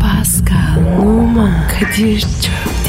Pascal, Oman, Kadir çok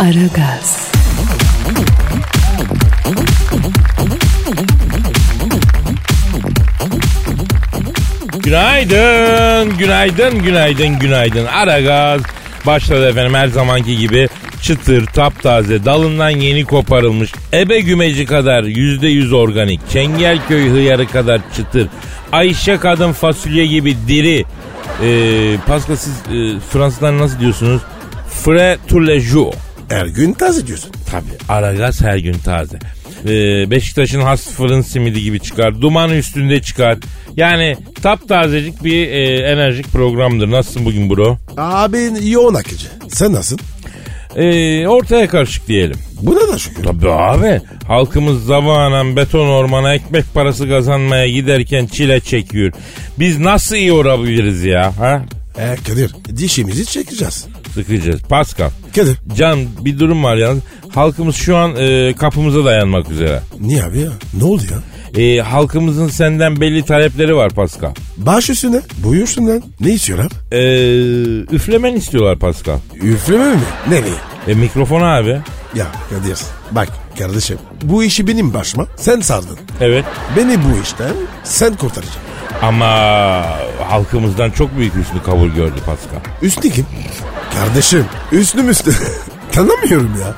Aragaz, Günaydın, günaydın, günaydın, günaydın. Ara gaz başladı efendim her zamanki gibi çıtır, taptaze, dalından yeni koparılmış, ebe gümeci kadar yüzde yüz organik, Çengelköy hıyarı kadar çıtır, Ayşe kadın fasulye gibi diri. Ee, Pascal siz e, Fransızlar nasıl diyorsunuz? Frais tous les jours. Her gün taze diyorsun. Tabii Aragaz her gün taze. Ee, Beşiktaş'ın has fırın simidi gibi çıkar. Duman üstünde çıkar. Yani taptazecik bir e, enerjik programdır. Nasılsın bugün bro? Abi yoğun akıcı. Sen nasılsın? Ee, ortaya karışık diyelim. Buna da şükür. Tabii abi. Halkımız zamanan beton ormana ekmek parası kazanmaya giderken çile çekiyor. Biz nasıl iyi olabiliriz ya? Ha? E Kadir dişimizi çekeceğiz. Sıkacağız. Pascal. Kadir Can bir durum var yalnız. Halkımız şu an e, kapımıza dayanmak üzere. niye abi ya? Ne oldu ya? E, halkımızın senden belli talepleri var Pascal. Baş üstüne. Buyursun lan. Ne istiyorlar? E, üflemen istiyorlar Pascal. Üfleme mi? Nereye? E, mikrofon abi. Ya Kadir bak kardeşim bu işi benim başıma sen sardın. Evet. Beni bu işten sen kurtaracaksın. Ama halkımızdan çok büyük hüsnü kabul gördü Pascal. Üstü kim? Kardeşim üstüm üstü. Tanımıyorum ya.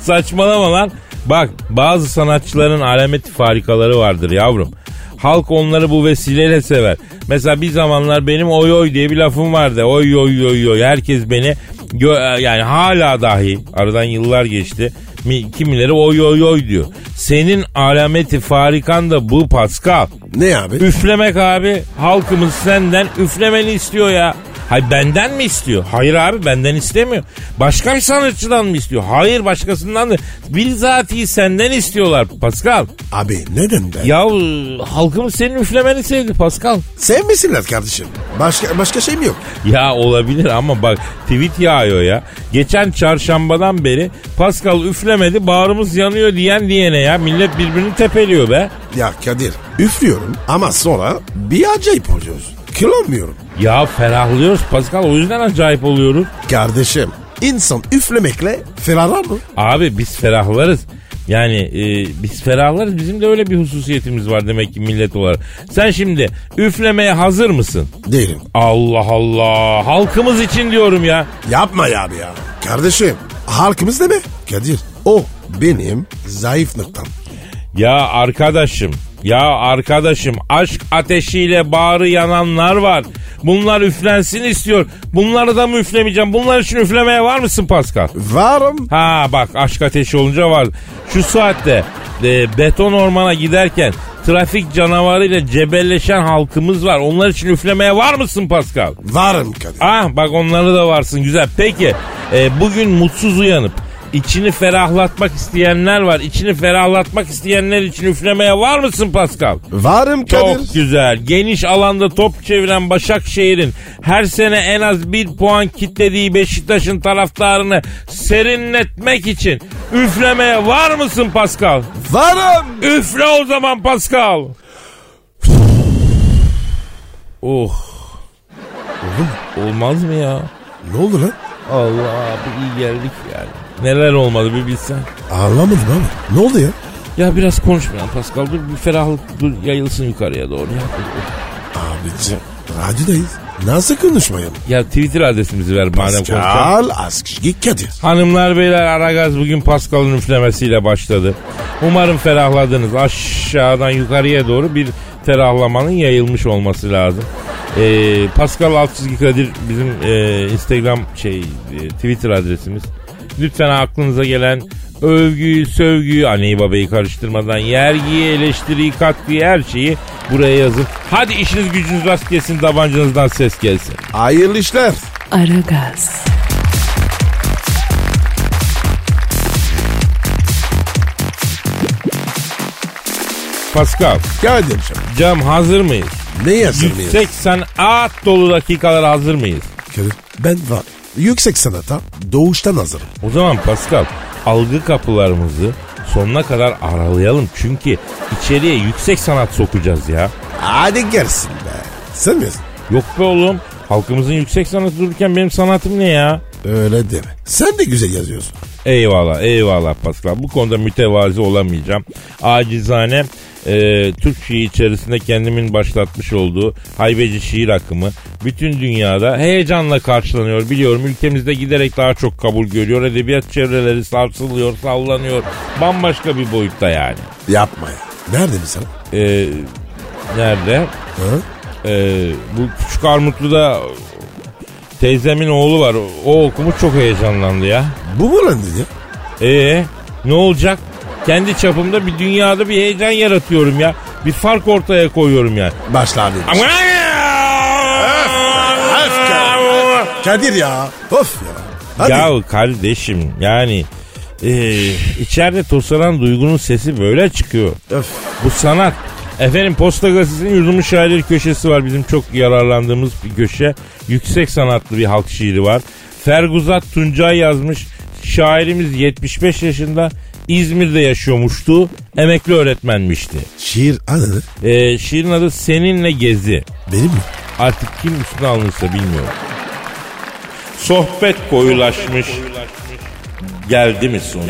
Saçmalama lan. Bak bazı sanatçıların alamet farikaları vardır yavrum. Halk onları bu vesileyle sever. Mesela bir zamanlar benim oy oy diye bir lafım vardı. Oy oy oy oy. Herkes beni gö- e, yani hala dahi aradan yıllar geçti. Mi- Kimileri oy oy oy diyor. Senin alameti farikan da bu Pascal. Ne abi? Üflemek abi. Halkımız senden üflemeni istiyor ya. Hay benden mi istiyor? Hayır abi benden istemiyor. Başka bir sanatçıdan mı istiyor? Hayır başkasından da. Bizatihi senden istiyorlar Pascal. Abi neden ben? Ya e, halkımız senin üflemeni sevdi Pascal. Sevmesinler kardeşim. Başka başka şey mi yok? Ya olabilir ama bak tweet yağıyor ya. Geçen çarşambadan beri Pascal üflemedi bağrımız yanıyor diyen diyene ya. Millet birbirini tepeliyor be. Ya Kadir üflüyorum ama sonra bir acayip oluyoruz. Kilo olmuyorum. Ya ferahlıyoruz Pascal o yüzden acayip oluyoruz. Kardeşim insan üflemekle ferahlar mı? Abi biz ferahlarız. Yani e, biz ferahlarız. Bizim de öyle bir hususiyetimiz var demek ki millet olarak. Sen şimdi üflemeye hazır mısın? Değilim. Allah Allah. Halkımız için diyorum ya. Yapma ya abi ya. Kardeşim halkımız ne be? Kadir o benim zayıf noktam. Ya arkadaşım. Ya arkadaşım aşk ateşiyle bağrı yananlar var. Bunlar üflensin istiyor. Bunları da mı üflemeyeceğim? Bunlar için üflemeye var mısın Pascal? Varım. Ha bak aşk ateşi olunca var. Şu saatte e, beton ormana giderken trafik canavarıyla cebelleşen halkımız var. Onlar için üflemeye var mısın Pascal? Varım Kadir. Ah bak onları da varsın güzel. Peki e, bugün mutsuz uyanıp içini ferahlatmak isteyenler var. İçini ferahlatmak isteyenler için üflemeye var mısın Pascal? Varım Kadir. Çok güzel. Geniş alanda top çeviren Başakşehir'in her sene en az bir puan kitlediği Beşiktaş'ın taraftarını serinletmek için üflemeye var mısın Pascal? Varım. Üfle o zaman Pascal. oh. Oğlum Olmaz mı ya? ne oldu lan? Allah bu iyi geldik yani. Neler olmadı bir bilsen. Anlamadım abi. Ne oldu ya? Ya biraz konuşmayalım Pascal. Dur bir ferahlık dur yayılsın yukarıya doğru ya. Abicim radyodayız. Nasıl konuşmayalım? Ya Twitter adresimizi ver madem konuşalım. Pascal Askışki Kadir. Hanımlar beyler Aragaz bugün Pascal'ın üflemesiyle başladı. Umarım ferahladınız. Aşağıdan yukarıya doğru bir ferahlamanın yayılmış olması lazım. Ee, Pascal Altçizgi Kadir bizim e, Instagram şey e, Twitter adresimiz. Lütfen aklınıza gelen övgüyü, sövgüyü, anneyi babayı karıştırmadan yergiyi, eleştiriyi, katkıyı her şeyi buraya yazın. Hadi işiniz gücünüz rast gelsin, tabancanızdan ses gelsin. Hayırlı işler. Aragaz, Pascal, Kadir canım. cam hazır mıyız? Neye hazır mıyız? 180 at dolu dakikalara hazır mıyız? Kadir, ben var. Yüksek sanata doğuştan hazırım. O zaman Pascal algı kapılarımızı sonuna kadar aralayalım. Çünkü içeriye yüksek sanat sokacağız ya. Hadi gelsin be. Sen misin? Yok be oğlum halkımızın yüksek sanatı dururken benim sanatım ne ya? Öyle deme. Sen de güzel yazıyorsun. Eyvallah eyvallah Pascal. Bu konuda mütevazi olamayacağım. Acizane e, Türk şiiri içerisinde kendimin başlatmış olduğu haybeci şiir akımı bütün dünyada heyecanla karşılanıyor. Biliyorum ülkemizde giderek daha çok kabul görüyor. Edebiyat çevreleri sarsılıyor, sallanıyor. Bambaşka bir boyutta yani. Yapma ya. Nerede mi sen? E, nerede? Ha? E, bu küçük Armutlu'da teyzemin oğlu var. O okumuş çok heyecanlandı ya. Bu mu lan dedi? Ee, ne olacak? Kendi çapımda bir dünyada bir heyecan yaratıyorum ya. Bir fark ortaya koyuyorum yani. Başla abi. Kadir ya. Of ya. Hadi. Ya kardeşim yani e, içeride tosaran duygunun sesi böyle çıkıyor. Öf. Bu sanat. Efendim Posta Gazetesi'nin yurdumun şairleri köşesi var. Bizim çok yararlandığımız bir köşe. Yüksek sanatlı bir halk şiiri var. Ferguzat Tuncay yazmış. Şairimiz 75 yaşında İzmir'de yaşıyormuştu. Emekli öğretmenmişti. Şiir adı Ee, şiirin adı Seninle Gezi. benim mi? Artık kim üstüne alınırsa bilmiyorum. Sohbet koyulaşmış. Geldi mi sonu?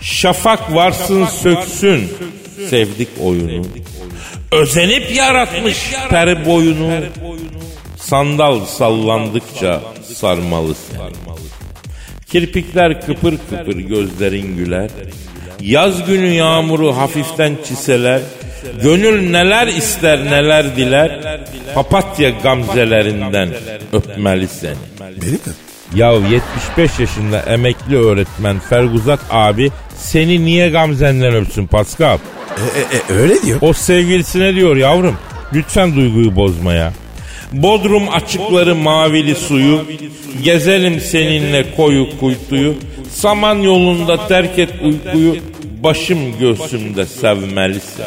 Şafak varsın söksün. Sevdik oyunu. Özenip yaratmış peri boyunu. Sandal sallandıkça sarmalı seni. Kirpikler kıpır kıpır gözlerin güler. Yaz günü yağmuru hafiften çiseler. Gönül neler ister neler diler. Papatya gamzelerinden öpmeli seni. Benim mi? Ya 75 yaşında emekli öğretmen Ferguzat abi seni niye gamzenden öpsün Pascal? E, e, e, öyle diyor. O sevgilisine diyor yavrum lütfen duyguyu bozma ya. Bodrum açıkları mavili suyu, gezelim seninle koyu kuytuyu, saman yolunda terk et uykuyu, başım göğsümde sevmelisin.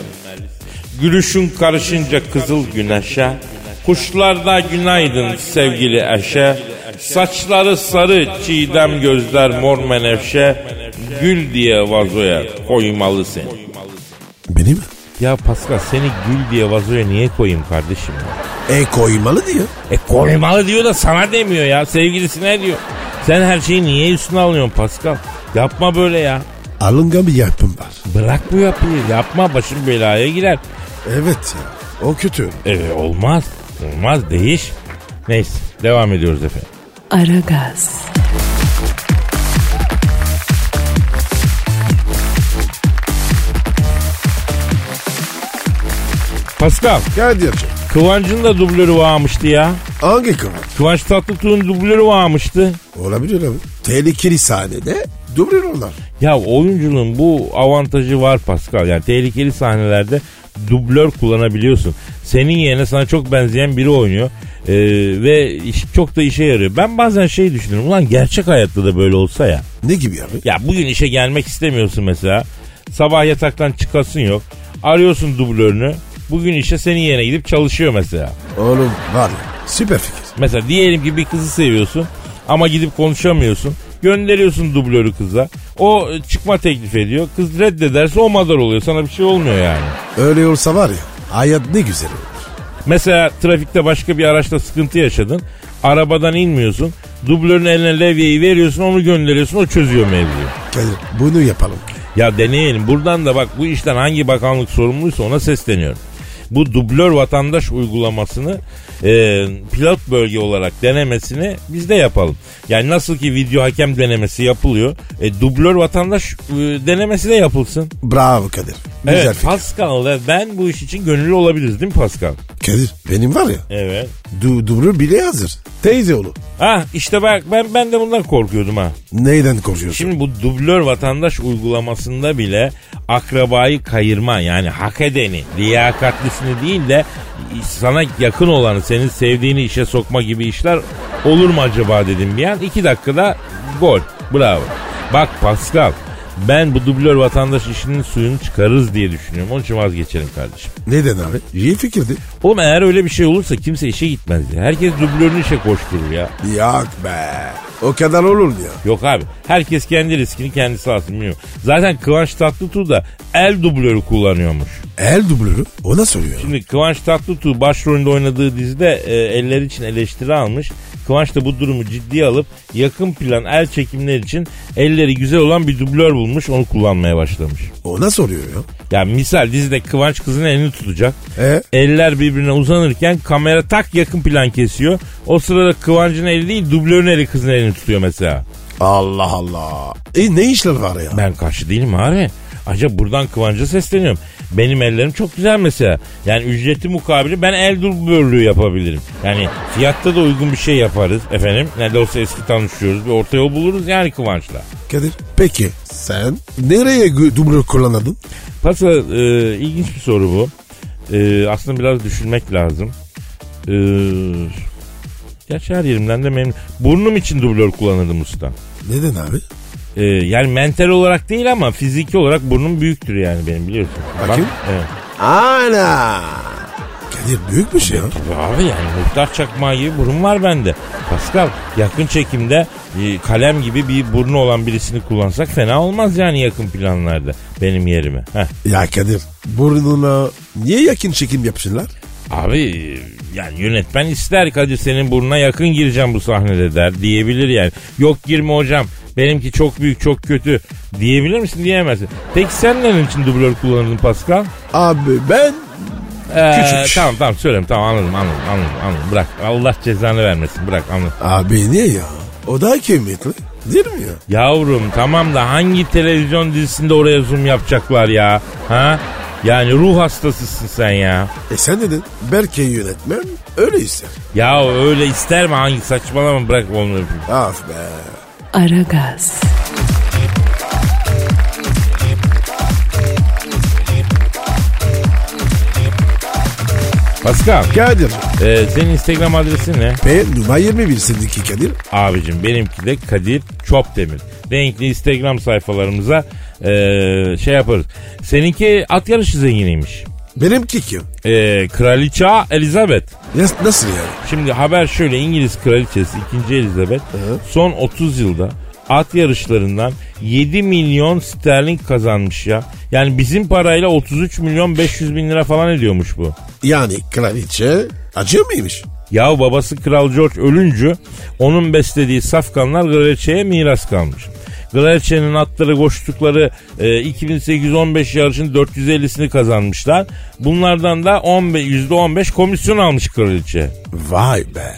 Gülüşün karışınca kızıl güneşe, kuşlarda günaydın sevgili eşe, saçları sarı çiğdem gözler mor menevşe, gül diye vazoya koymalı seni. Benim mi? Ya Pascal seni gül diye vazoya niye koyayım kardeşim? ya? E koymalı diyor. E koymalı diyor da sana demiyor ya sevgilisine diyor. Sen her şeyi niye üstüne alıyorsun Pascal? Yapma böyle ya. Alıngan bir yapım var. Bırak bu yapıyı yapma başın belaya girer. Evet ya. O kötü. Evet olmaz. Olmaz değiş. Neyse devam ediyoruz efendim. Aragaz, Pascal Kadir Kıvancın da dublörü varmıştı ya. Hangi kıvam? Kıvanç Tatlıtuğ'un dublörü varmıştı. Olabilir abi. Tehlikeli sahnede dublör onlar. Ya oyunculuğun bu avantajı var Pascal. Yani tehlikeli sahnelerde dublör kullanabiliyorsun. Senin yerine sana çok benzeyen biri oynuyor. Ee, ve iş- çok da işe yarıyor. Ben bazen şey düşünüyorum. Ulan gerçek hayatta da böyle olsa ya. Ne gibi abi? Ya bugün işe gelmek istemiyorsun mesela. Sabah yataktan çıkasın yok. Arıyorsun dublörünü. Bugün işe senin yerine gidip çalışıyor mesela. Oğlum var ya süper fikir. Mesela diyelim ki bir kızı seviyorsun ama gidip konuşamıyorsun. Gönderiyorsun dublörü kıza. O e, çıkma teklif ediyor. Kız reddederse o madar oluyor. Sana bir şey olmuyor yani. Öyle olsa var ya hayat ne güzel olur. Mesela trafikte başka bir araçta sıkıntı yaşadın. Arabadan inmiyorsun. Dublörün eline levyeyi veriyorsun onu gönderiyorsun o çözüyor mevzuyu. Kadir bunu yapalım. Ya deneyelim. Buradan da bak bu işten hangi bakanlık sorumluysa ona sesleniyorum. Bu dublör vatandaş uygulamasını e, pilot bölge olarak denemesini biz de yapalım. Yani nasıl ki video hakem denemesi yapılıyor. E, dublör vatandaş e, denemesi de yapılsın. Bravo Kadir. Güzel evet fikir. Pascal ve ben bu iş için gönüllü olabiliriz değil mi Pascal? Kadir benim var ya Evet. du dublör bile hazır. Teyze oğlu. Ah işte bak ben ben de bundan korkuyordum ha. Neyden korkuyorsun? Şimdi bu dublör vatandaş uygulamasında bile akrabayı kayırma yani hak edeni, liyakatlisini değil de sana yakın olanı, senin sevdiğini işe sokma gibi işler Olur mu acaba dedim bir an. İki dakikada gol. Bravo. Bak Pascal ben bu dublör vatandaş işinin suyunu çıkarırız diye düşünüyorum. Onun için vazgeçelim kardeşim. Neden abi? İyi fikirdi. Oğlum eğer öyle bir şey olursa kimse işe gitmez ya. Herkes dublörünü işe koşturur ya. Yok be. O kadar olur ya. Yok abi. Herkes kendi riskini kendisi alsın. Bilmiyorum. Zaten Kıvanç Tatlıtuğ da el dublörü kullanıyormuş. El dublörü ona soruyor. Şimdi Kıvanç Tatlıtuğ başrolünde oynadığı dizide e, eller için eleştiri almış. Kıvanç da bu durumu ciddiye alıp yakın plan el çekimleri için elleri güzel olan bir dublör bulmuş onu kullanmaya başlamış. Ona soruyor ya. Ya misal dizide Kıvanç kızın elini tutacak. E? Eller birbirine uzanırken kamera tak yakın plan kesiyor. O sırada Kıvanç'ın eli değil dublörün eli kızın elini tutuyor mesela. Allah Allah. E ne işler var ya? Ben karşı değilim abi. Acaba buradan Kıvanç'a sesleniyorum. Benim ellerim çok güzel mesela. Yani ücreti mukabili ben el dublörlüğü yapabilirim. Yani fiyatta da uygun bir şey yaparız efendim. Ne de olsa eski tanışıyoruz. Bir orta yol buluruz yani Kıvanç'la. Kadir. Peki sen nereye gü- dublör kullanırdın? Pasa e, ilginç bir soru bu. E, aslında biraz düşünmek lazım. E, gerçi her yerimden de memnun. Burnum için dublör kullanırdım usta. Neden abi? E, yani mental olarak değil ama fiziki olarak burnum büyüktür yani benim biliyorsun. Bak, Bakayım. evet. Ana. Kadir büyük bir şey ya. Ya Abi yani muhtar çakmağı gibi burun var bende. Pascal yakın çekimde e, kalem gibi bir burnu olan birisini kullansak fena olmaz yani yakın planlarda benim yerime. Heh. Ya Kadir burnuna niye yakın çekim yapsınlar? Abi e, yani yönetmen ister Kadir senin burnuna yakın gireceğim bu sahnede der diyebilir yani. Yok girme hocam benimki çok büyük çok kötü diyebilir misin diyemezsin. Peki sen nenin için dublör kullanırdın Pascal? Abi ben Ee, Küçük. Tamam tamam söyleyeyim tamam anladım anladım anladım, anladım. bırak Allah cezanı vermesin bırak anladım. Abi niye ya? O daha kıymetli. Değil mi ya? Yavrum tamam da hangi televizyon dizisinde oraya zoom yapacaklar ya? Ha? Yani ruh hastasısın sen ya. E sen dedin belki yönetmem öyle ister. Ya öyle ister mi hangi saçmalama bırak onu. Af be. Aragaz. Pascal Kadir. e, senin Instagram adresin ne? P numara 21 sendeki Kadir. Abicim benimki de Kadir Çopdemir. Renkli Instagram sayfalarımıza e, şey yaparız. Seninki at yarışı zenginiymiş. Benimki kim? E, Kraliçe Elizabeth. Nas- nasıl yani? Şimdi haber şöyle İngiliz kraliçesi 2. Elizabeth son 30 yılda at yarışlarından 7 milyon sterlin kazanmış ya. Yani bizim parayla 33 milyon 500 bin lira falan ediyormuş bu. Yani kraliçe acı mıymış? Ya babası Kral George ölüncü onun beslediği safkanlar Kraliçe'ye miras kalmış. Kraliçe'nin atları koştukları e, 2815 yarışın 450'sini kazanmışlar. Bunlardan da 15, %15 komisyon almış kraliçe. Vay be.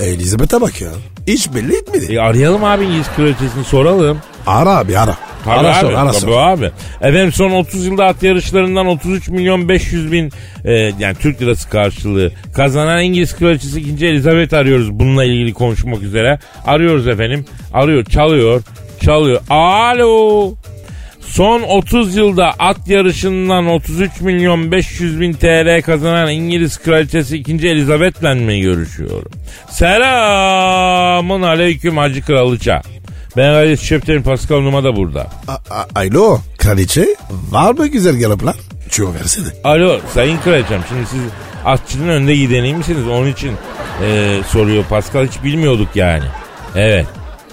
E, Elizabeth'e bak ya. Hiç belli etmedi. E arayalım abi İngiliz kraliçesini soralım. Ara abi ara. Tabii ara abi, sor ara tabii sor. abi. Efendim son 30 yılda at yarışlarından 33 milyon 500 bin e, yani Türk lirası karşılığı kazanan İngiliz kraliçesi 2. Elizabeth arıyoruz bununla ilgili konuşmak üzere. Arıyoruz efendim. Arıyor, çalıyor, çalıyor. Alo. Son 30 yılda at yarışından 33 milyon 500 bin TL kazanan İngiliz kraliçesi 2. Elizabeth'le mi görüşüyorum? Selamun aleyküm Hacı Kralıça. Ben Ali Şöpten Pascal Numa da burada. A- a- Alo kraliçe var mı güzel galaplar? Çoğu versene. Alo Sayın Kraliçem şimdi siz atçının önde gideni misiniz? Onun için e, soruyor Pascal hiç bilmiyorduk yani. Evet.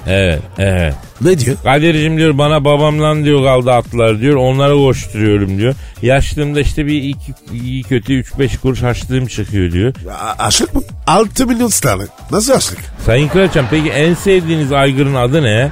Evet, evet. Ne diyor? Kadir'cim diyor bana babamla diyor kaldı atlar diyor. Onlara koşturuyorum diyor. Yaşlığımda işte bir iki, iyi kötü 3-5 kuruş harçlığım çıkıyor diyor. A- açlık mı? 6 milyon sterlin. Nasıl açlık? Sayın Kraliçem peki en sevdiğiniz aygırın adı ne?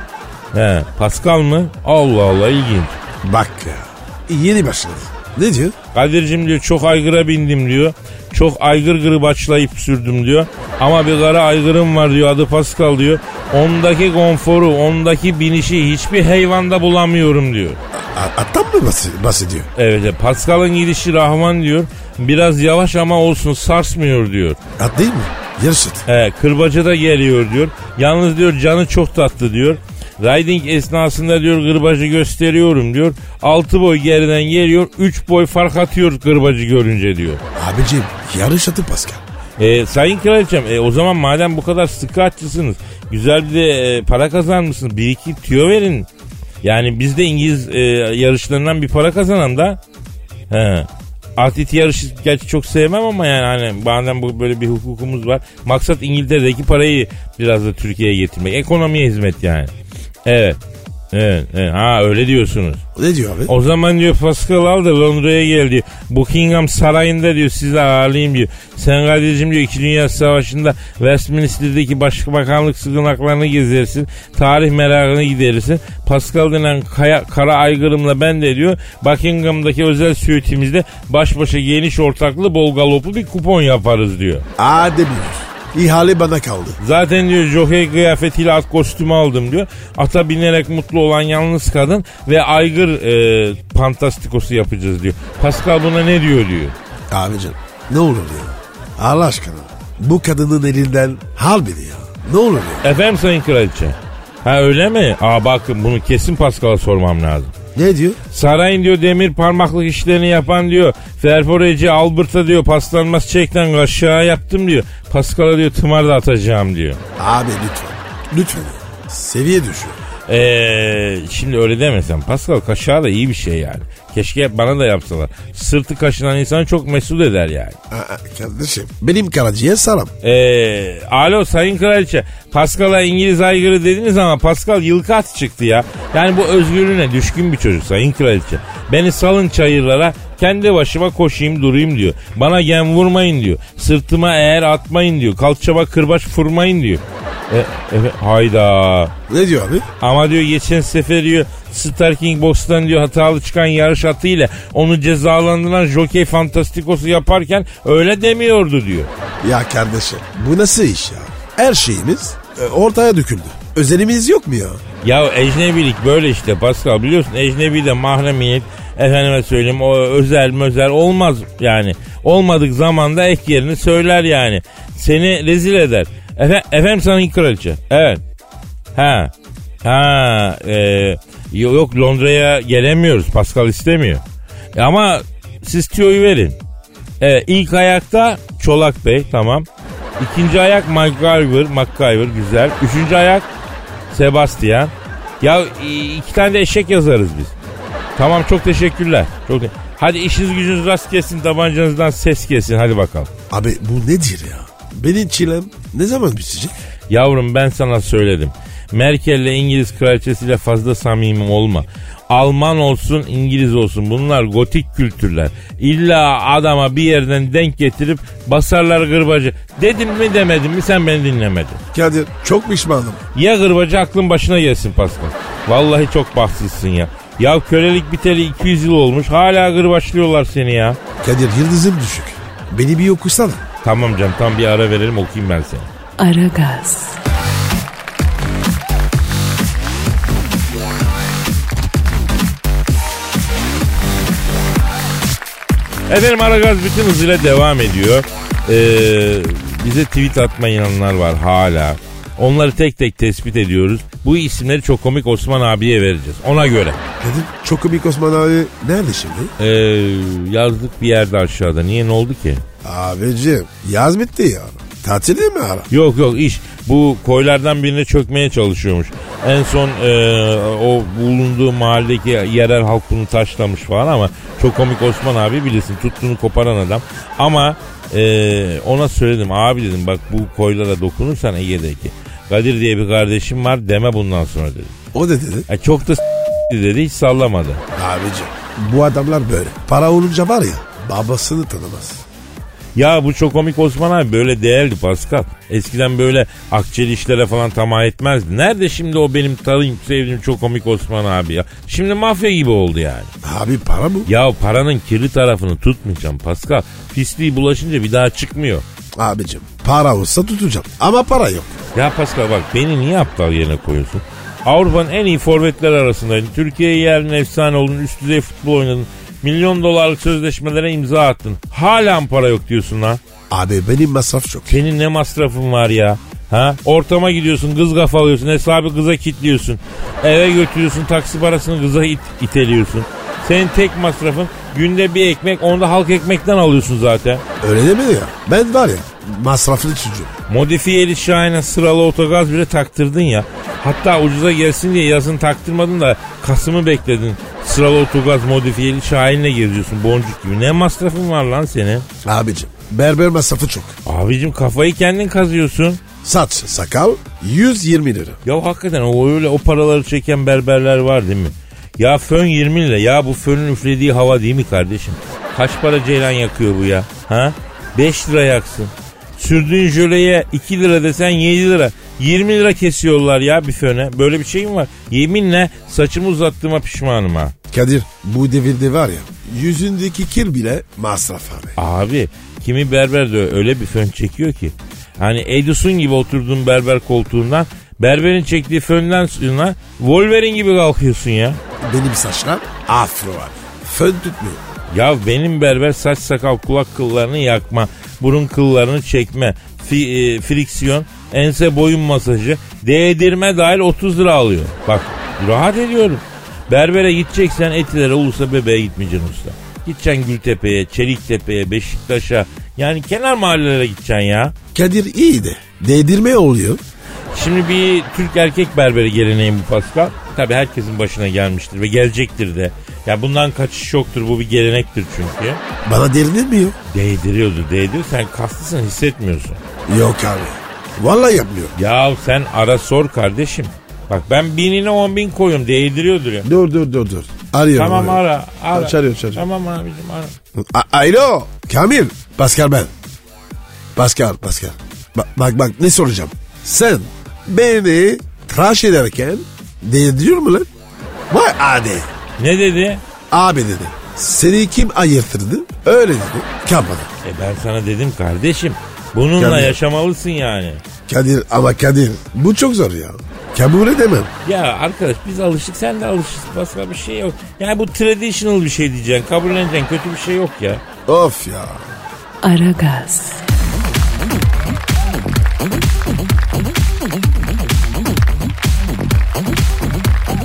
He, Pascal mı? Allah Allah ilginç. Bak ya. Yeni başladı. Ne diyor? Kadir'cim diyor çok aygıra bindim diyor. Çok aygır gırbaçlayıp sürdüm diyor. Ama bir kara aygırım var diyor adı Pascal diyor. Ondaki konforu, ondaki binişi hiçbir heyvanda bulamıyorum diyor. A- attan mı bahs- bahsediyor? Evet e, Pascal'ın gidişi Rahman diyor. Biraz yavaş ama olsun sarsmıyor diyor. At değil mi? Yarış atı. He, kırbacı da geliyor diyor. Yalnız diyor canı çok tatlı diyor. Riding esnasında diyor kırbacı gösteriyorum diyor. 6 boy geriden geliyor. 3 boy fark atıyor kırbacı görünce diyor. Abicim yarış atı Pascal. E, sayın Kraliçem e, o zaman madem bu kadar sıkı açısınız güzel bir de e, para kazanmışsınız bir iki tüyo verin. Yani biz de İngiliz e, yarışlarından bir para kazanan da. He. Atlet yarışı gerçi çok sevmem ama yani hani bazen bu böyle bir hukukumuz var. Maksat İngiltere'deki parayı biraz da Türkiye'ye getirmek. Ekonomiye hizmet yani. Evet. Evet, evet. Ha öyle diyorsunuz. Ne diyor abi? O zaman diyor Pascal al da Londra'ya gel diyor. Buckingham Sarayı'nda diyor sizi ağırlayayım diyor. Sen kardeşim diyor 2. Dünya Savaşı'nda Westminster'daki başbakanlık sığınaklarını gezersin. Tarih merakını giderirsin. Pascal denen kaya- kara aygırımla ben de diyor Buckingham'daki özel süitimizde baş başa geniş ortaklı bol galoplu bir kupon yaparız diyor. Hadi bir. İhale bana kaldı. Zaten diyor jockey kıyafetiyle at kostümü aldım diyor. Ata binerek mutlu olan yalnız kadın ve aygır e, pantastikosu yapacağız diyor. Pascal buna ne diyor diyor. Abicim ne olur ya. Allah aşkına. Bu kadının elinden hal biri ya. Ne olur ya. Efendim sayın kraliçe. Ha öyle mi? Aa bakın bunu kesin Pascal'a sormam lazım. Ne diyor? Sarayın diyor demir parmaklık işlerini yapan diyor. Ferforeci Albert'a diyor paslanmaz çekten aşağı yaptım diyor. Pascal'a diyor tımar da atacağım diyor. Abi lütfen. Lütfen. ya. Seviye düşüyor. Ee, şimdi öyle demesem Pascal kaşağı da iyi bir şey yani. Keşke hep bana da yapsalar. Sırtı kaşınan insan çok mesut eder yani. Aa, kardeşim benim karaciğer salam. Ee, alo sayın kraliçe. Pascal'a İngiliz aygırı dediniz ama Pascal yılkat çıktı ya. Yani bu özgürlüğüne düşkün bir çocuk sayın kraliçe. Beni salın çayırlara kendi başıma koşayım durayım diyor. Bana gem vurmayın diyor. Sırtıma eğer atmayın diyor. Kalçama kırbaç vurmayın diyor. E, e, hayda. Ne diyor abi? Ama diyor geçen sefer diyor Starking Box'tan diyor hatalı çıkan yarış atıyla onu cezalandıran Jockey Fantastikosu yaparken öyle demiyordu diyor. Ya kardeşim bu nasıl iş ya? Her şeyimiz e, ortaya döküldü. Özelimiz yok mu ya? Ya ecnebilik böyle işte Pascal biliyorsun ecnebi de mahremiyet efendime söyleyeyim o özel mözel olmaz yani. Olmadık zamanda ek yerini söyler yani. Seni rezil eder. Efe, efendim sana ilk kraliçe. Evet. Ha. Ha. e, yo- yok Londra'ya gelemiyoruz. Pascal istemiyor. E ama siz tüyoyu verin. E, ilk ayakta Çolak Bey tamam. İkinci ayak MacGyver, MacGyver güzel. Üçüncü ayak Sebastian. Ya i- iki tane de eşek yazarız biz. Tamam çok teşekkürler. Çok te- Hadi işiniz gücünüz rast kesin tabancanızdan ses kesin hadi bakalım. Abi bu nedir ya? Benim çilem ne zaman bitecek? Yavrum ben sana söyledim. Merkel'le İngiliz kraliçesiyle fazla samimi olma. Alman olsun İngiliz olsun bunlar gotik kültürler. İlla adama bir yerden denk getirip basarlar gırbacı. Dedim mi demedim mi sen beni dinlemedin. Kadir çok pişmanım. Ya gırbacı aklın başına gelsin Pascal. Vallahi çok bahtsızsın ya. Ya kölelik biteli 200 yıl olmuş hala gırbaçlıyorlar seni ya. Kadir yıldızım düşük. Beni bir okusana. Tamam canım tam bir ara verelim okuyayım ben seni. Aragaz, Efendim Aragaz bütün hızıyla devam ediyor. Ee, bize tweet atma inananlar var hala. Onları tek tek tespit ediyoruz. Bu isimleri çok komik Osman abiye vereceğiz. Ona göre. Kadir çok komik Osman abi nerede şimdi? Ee, yazdık bir yerde aşağıda. Niye ne oldu ki? Abicim yaz bitti ya. Tatilde mi ara? Yok yok iş. Bu koylardan birine çökmeye çalışıyormuş. En son ee, o bulunduğu mahalledeki yerel halk bunu taşlamış falan ama çok komik Osman abi bilirsin tuttuğunu koparan adam. Ama ee, ona söyledim abi dedim bak bu koylara dokunursan Ege'deki Kadir diye bir kardeşim var deme bundan sonra dedim. O ne dedi? E, çok da s- dedi hiç sallamadı. Abicim bu adamlar böyle. Para olunca var ya babasını tanımaz. Ya bu çok komik Osman abi böyle değerli Pascal. Eskiden böyle akçeli işlere falan tamah etmezdi. Nerede şimdi o benim tarayım sevdiğim çok komik Osman abi ya. Şimdi mafya gibi oldu yani. Abi para mı? Ya paranın kirli tarafını tutmayacağım Pascal. Pisliği bulaşınca bir daha çıkmıyor. Abicim para olsa tutacağım ama para yok. Ya Pascal bak beni niye aptal yerine koyuyorsun? Avrupa'nın en iyi forvetler arasındaydın. Türkiye'ye yerin efsane oldun. Üst düzey futbol oynadın. Milyon dolarlık sözleşmelere imza attın. Halen para yok diyorsun lan. Abi benim masraf çok. Senin ne masrafın var ya? Ha? Ortama gidiyorsun kız kafa alıyorsun hesabı kıza kilitliyorsun. Eve götürüyorsun taksi parasını kıza it- iteliyorsun. Senin tek masrafın günde bir ekmek onu da halk ekmekten alıyorsun zaten. Öyle deme ya. Ben var ya masraflı çocuğum. Modifiyeli Şahin'e sıralı otogaz bile taktırdın ya. Hatta ucuza gelsin diye yazın taktırmadın da Kasım'ı bekledin. Sıralı otogaz modifiyeli Şahin'le geziyorsun boncuk gibi. Ne masrafın var lan senin? Abicim berber masrafı çok. Abicim kafayı kendin kazıyorsun. Saç, sakal 120 lira. Ya hakikaten o öyle o paraları çeken berberler var değil mi? Ya fön 20 lira. Ya bu fönün üflediği hava değil mi kardeşim? Kaç para ceylan yakıyor bu ya? Ha? 5 lira yaksın. Sürdüğün jöleye 2 lira desen 7 lira. 20 lira kesiyorlar ya bir föne. Böyle bir şey mi var? Yeminle saçımı uzattığıma pişmanım ha. Kadir bu devirde var ya yüzündeki kir bile masraf abi. Abi kimi berber de öyle bir fön çekiyor ki. Hani Edison gibi oturduğun berber koltuğundan berberin çektiği fönden sonra Wolverine gibi kalkıyorsun ya. Benim saçlar afro abi. Fön tutmuyor. Ya benim berber saç sakal kulak kıllarını yakma, burun kıllarını çekme, fi- e, friksiyon, ense boyun masajı, değdirme dahil 30 lira alıyor. Bak rahat ediyorum. Berbere gideceksen Etilere, Ulus'a, Bebe'ye gitmeyeceksin usta. Gideceksin Gültepe'ye, Çeliktepe'ye, Beşiktaş'a. Yani kenar mahallelere gideceksin ya. Kadir iyi de değdirme oluyor. Şimdi bir Türk erkek berberi geleneği bu Pascal. Tabi herkesin başına gelmiştir ve gelecektir de. Ya bundan kaçış yoktur bu bir gelenektir çünkü. Bana derinilmiyor. Değdiriyordu değdiriyor. Sen kaslısın hissetmiyorsun. Yok abi. Vallahi yapmıyor. Ya sen ara sor kardeşim. Bak ben binine on bin koyuyorum değdiriyordur ya. Dur dur dur dur. Arıyorum. Tamam arıyorum. ara ara. Çağırıyor, çağırıyor. Tamam abicim ara. A- Alo. Kamil. Pascal ben. Pascal Pascal. Bak bak bak ne soracağım. Sen beni tıraş ederken değdiriyor mu lan? Vay hadi. Ne dedi? Abi dedi. Seni kim ayırtırdı? Öyle dedi. Kalmadı. E ben sana dedim kardeşim. Bununla Gelmiyor. yaşamalısın yani. Kadir ama Kadir bu çok zor ya. Kabul edemem. Ya arkadaş biz alıştık sen de alışırsın. Başka bir şey yok. Yani bu traditional bir şey diyeceksin. Kabulleneceksin. Kötü bir şey yok ya. Of ya. Aragaz,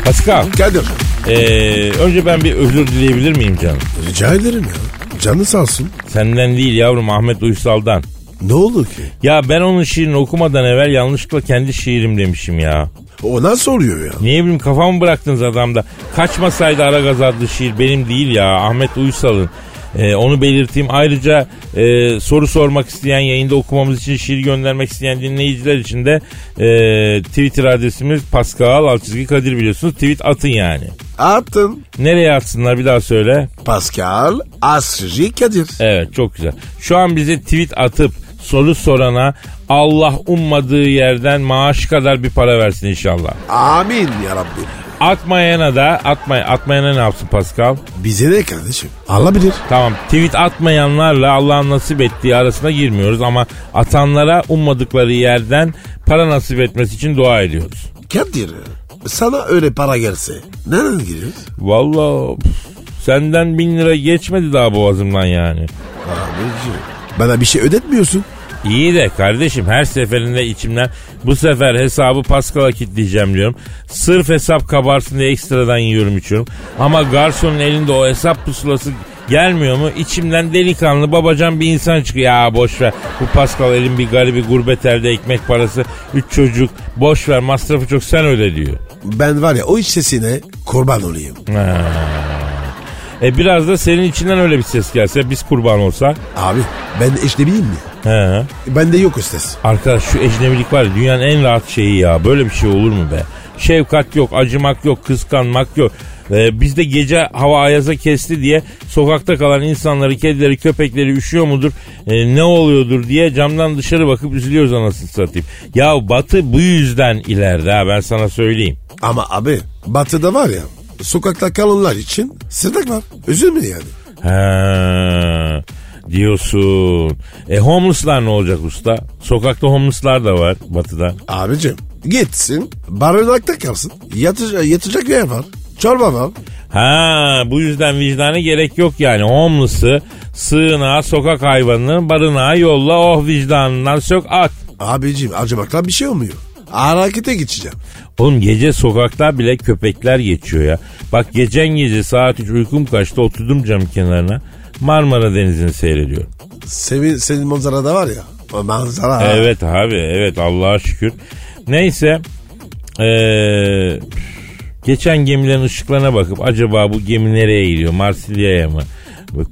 Pascal. Kadir. ee, önce ben bir özür dileyebilir miyim canım? Rica ederim ya. Canın sağ olsun. Senden değil yavrum Ahmet Uysal'dan. Ne olur ki? Ya ben onun şiirini okumadan evvel yanlışlıkla kendi şiirim demişim ya. Ona soruyor ya. Niye bileyim kafamı bıraktınız adamda. Kaçmasaydı Aragaz adlı şiir benim değil ya Ahmet Uysal'ın. Ee, onu belirteyim. Ayrıca e, soru sormak isteyen, yayında okumamız için şiir göndermek isteyen dinleyiciler için de e, Twitter adresimiz Pascal Alçızgi Kadir biliyorsunuz. Tweet atın yani. Attın. Nereye atsınlar bir daha söyle. Pascal Asri Kadir. Evet çok güzel. Şu an bize tweet atıp soru sorana Allah ummadığı yerden maaş kadar bir para versin inşallah. Amin ya Rabbim. Atmayana da atmay atmayana ne yapsın Pascal? Bize ne kardeşim? Allah bilir. Tamam tweet atmayanlarla Allah'ın nasip ettiği arasına girmiyoruz ama atanlara ummadıkları yerden para nasip etmesi için dua ediyoruz. Kadir sana öyle para gelse nereden giriyoruz? Vallahi püf, senden bin lira geçmedi daha boğazımdan yani. Abiciğim. Bana bir şey ödetmiyorsun. İyi de kardeşim her seferinde içimden bu sefer hesabı Pascal'a kitleyeceğim diyorum. Sırf hesap kabarsın diye ekstradan yiyorum içiyorum. Ama garsonun elinde o hesap pusulası gelmiyor mu? İçimden delikanlı babacan bir insan çıkıyor. Ya boş ver bu Pascal elin bir garibi gurbet elde ekmek parası. Üç çocuk boş ver masrafı çok sen öde diyor. Ben var ya o iç sesine kurban olayım. E biraz da senin içinden öyle bir ses gelse biz kurban olsak. Abi ben eşlemeyeyim mi? He. Bende yok üstes. Arkadaş şu ecnebilik var ya, dünyanın en rahat şeyi ya. Böyle bir şey olur mu be? Şefkat yok, acımak yok, kıskanmak yok. Ee, bizde gece hava ayaza kesti diye sokakta kalan insanları, kedileri, köpekleri üşüyor mudur, e, ne oluyordur diye camdan dışarı bakıp üzülüyoruz anasını satayım. Ya batı bu yüzden ileride ha ben sana söyleyeyim. Ama abi batıda var ya sokakta kalanlar için sırdak var. Üzülme yani. He, diyorsun. E homeless'lar ne olacak usta? Sokakta homeless'lar da var batıda. Abicim gitsin barınakta kalsın. Yatacak, yatacak yer var. Çorba var. Ha bu yüzden vicdana gerek yok yani. Homeless'ı, sığınağı, sokak hayvanını barınağa yolla oh vicdanından sök at. Abicim acımakla bir şey olmuyor. Harekete geçeceğim. Oğlum gece sokakta bile köpekler geçiyor ya. Bak geçen gece saat 3 uykum kaçtı oturdum cam kenarına. Marmara Denizi'ni seyrediyorum. Senin, senin manzarada var ya O manzara. ha. Evet abi evet Allah'a şükür. Neyse eee, geçen gemilerin ışıklarına bakıp acaba bu gemi nereye gidiyor? Marsilya'ya mı?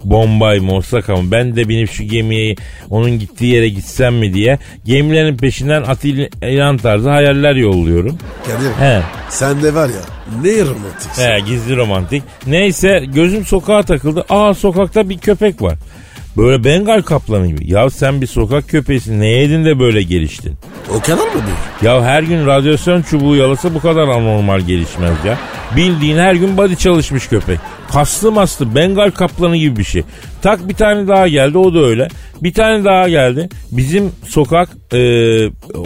Bombay mı Osaka mı? Ben de binip şu gemiye onun gittiği yere gitsem mi diye gemilerin peşinden Atilla tarzı hayaller yolluyorum. Kadir He. sen de var ya ne romantiksin. He, gizli romantik. Neyse gözüm sokağa takıldı. Aa sokakta bir köpek var. Böyle Bengal kaplanı gibi. Ya sen bir sokak köpeğisin. Ne yedin de böyle geliştin? O kadar mı bu? Ya her gün radyasyon çubuğu yalasa bu kadar anormal gelişmez ya. Bildiğin her gün body çalışmış köpek. Kaslı maslı Bengal kaplanı gibi bir şey. Tak bir tane daha geldi o da öyle. Bir tane daha geldi. Bizim sokak e,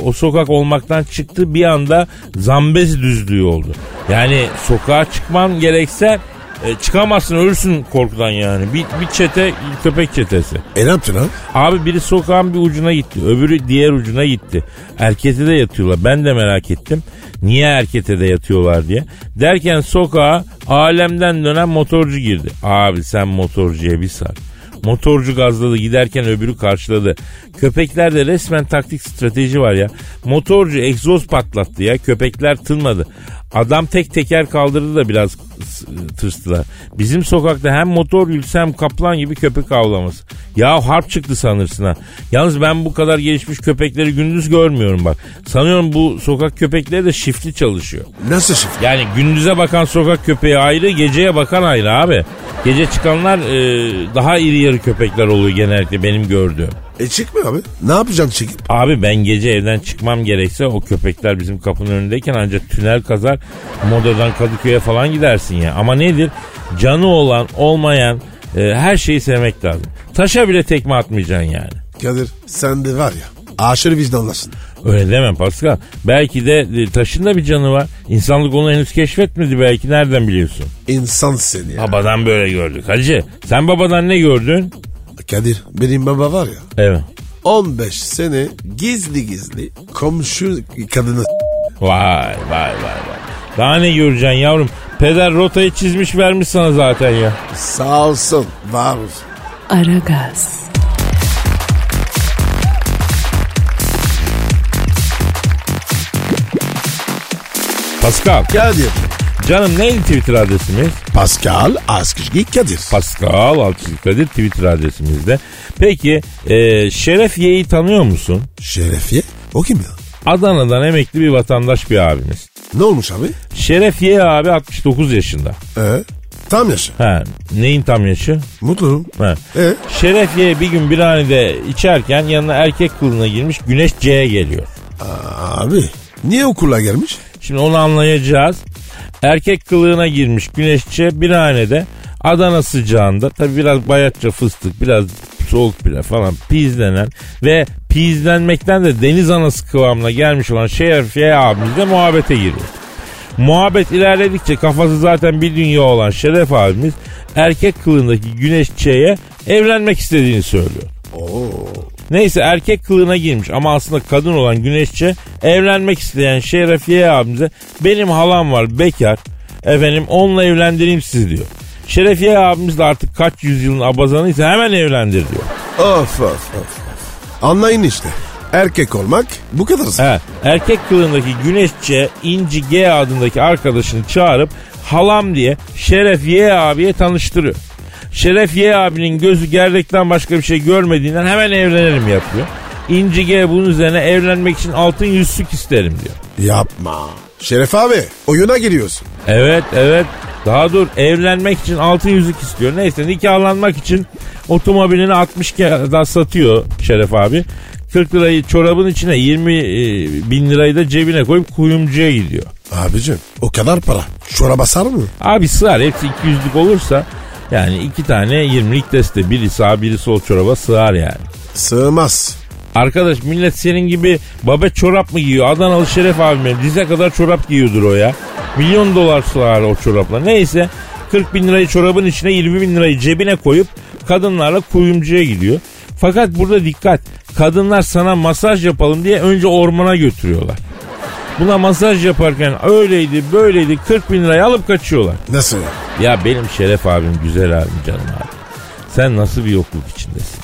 o sokak olmaktan çıktı bir anda zambez düzlüğü oldu. Yani sokağa çıkman gerekse e, çıkamazsın ölürsün korkudan yani. Bir, bir çete köpek çetesi. E ne yaptın lan? Abi biri sokağın bir ucuna gitti. Öbürü diğer ucuna gitti. Erkete de yatıyorlar. Ben de merak ettim. Niye erkete de yatıyorlar diye. Derken sokağa alemden dönen motorcu girdi. Abi sen motorcuya bir sar. Motorcu gazladı giderken öbürü karşıladı. Köpeklerde resmen taktik strateji var ya. Motorcu egzoz patlattı ya. Köpekler tınmadı. Adam tek teker kaldırdı da biraz s- tırstılar. Bizim sokakta hem motor yürüsü hem kaplan gibi köpek avlaması. Ya harp çıktı sanırsın ha. Yalnız ben bu kadar gelişmiş köpekleri gündüz görmüyorum bak. Sanıyorum bu sokak köpekleri de şifti çalışıyor. Nasıl şifre? Yani gündüze bakan sokak köpeği ayrı, geceye bakan ayrı abi. Gece çıkanlar e, daha iri yarı köpekler oluyor genellikle benim gördüğüm. E çıkmıyor abi. Ne yapacaksın çıkıp? Abi ben gece evden çıkmam gerekse o köpekler bizim kapının önündeyken ancak tünel kazar Moda'dan Kadıköy'e falan gidersin ya. Ama nedir? Canı olan olmayan e, her şeyi sevmek lazım. Taşa bile tekme atmayacaksın yani. Kadir sen de var ya aşırı vicdanlasın. Öyle deme Pascal. Belki de e, taşın da bir canı var. İnsanlık onu henüz keşfetmedi belki. Nereden biliyorsun? İnsan seni ya. Babadan böyle gördük hacı. Sen babadan ne gördün? Kadir benim baba var ya Evet. 15 sene gizli gizli komşu kadını Vay vay vay vay. Daha ne göreceksin yavrum? Peder rotayı çizmiş vermiş sana zaten ya. sağ olsun var olsun. Aragaz, Pascal. Kadir. Canım neydi Twitter adresimiz? Pascal Askışki Kadir. Pascal Altçılık Kadir Twitter adresimizde. Peki e, Şeref Y'yi tanıyor musun? Şerefiye o kim ya? Adana'dan emekli bir vatandaş bir abimiz. Ne olmuş abi? Şeref Y abi 69 yaşında. Ee, tam yaşı. Ha, neyin tam yaşı? Mutluyum. Ha. Ee, Şeref Y bir gün bir hanede içerken yanına erkek kılığına girmiş Güneş C'ye geliyor. abi niye okula gelmiş? Şimdi onu anlayacağız. Erkek kılığına girmiş güneşçe bir hanede Adana sıcağında tabi biraz bayatça fıstık biraz soğuk bile falan pizlenen ve pizlenmekten de deniz anası kıvamına gelmiş olan Şerefiye abimiz de muhabbete giriyor. Muhabbet ilerledikçe kafası zaten bir dünya olan Şeref abimiz erkek kılığındaki güneşçeye evlenmek istediğini söylüyor. Neyse erkek kılığına girmiş ama aslında kadın olan Güneşçe evlenmek isteyen Şerefiye abimize benim halam var bekar efendim onunla evlendireyim siz diyor. Şerefiye abimiz de artık kaç yüzyılın abazanıysa hemen evlendir diyor. Of of of. of. Anlayın işte. Erkek olmak bu kadar. He, erkek kılığındaki Güneşçe İnci G adındaki arkadaşını çağırıp halam diye Şeref Y abiye tanıştırıyor. Şeref Y abinin gözü gerdekten başka bir şey görmediğinden hemen evlenelim yapıyor. İnci G bunun üzerine evlenmek için altın yüzsük isterim diyor. Yapma. Şeref abi oyuna giriyorsun. Evet evet. Daha dur evlenmek için altın yüzük istiyor. Neyse nikahlanmak için otomobilini 60 kağıda satıyor Şeref abi. 40 lirayı çorabın içine 20 e, bin lirayı da cebine koyup kuyumcuya gidiyor. Abicim o kadar para. Şura basar mı? Abi sığar hepsi 200'lük olursa yani iki tane 20'lik deste biri sağ biri sol çoraba sığar yani. Sığmaz. Arkadaş millet senin gibi babe çorap mı giyiyor? Adanalı Şeref abime dize kadar çorap giyiyordur o ya. Milyon dolar sığar o çorapla. Neyse 40 bin lirayı çorabın içine 20 bin lirayı cebine koyup kadınlarla kuyumcuya gidiyor. Fakat burada dikkat. Kadınlar sana masaj yapalım diye önce ormana götürüyorlar. Buna masaj yaparken öyleydi böyleydi 40 bin lirayı alıp kaçıyorlar. Nasıl ya? Ya benim Şeref abim güzel abim canım abi. Sen nasıl bir yokluk içindesin?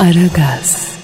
Aragaz.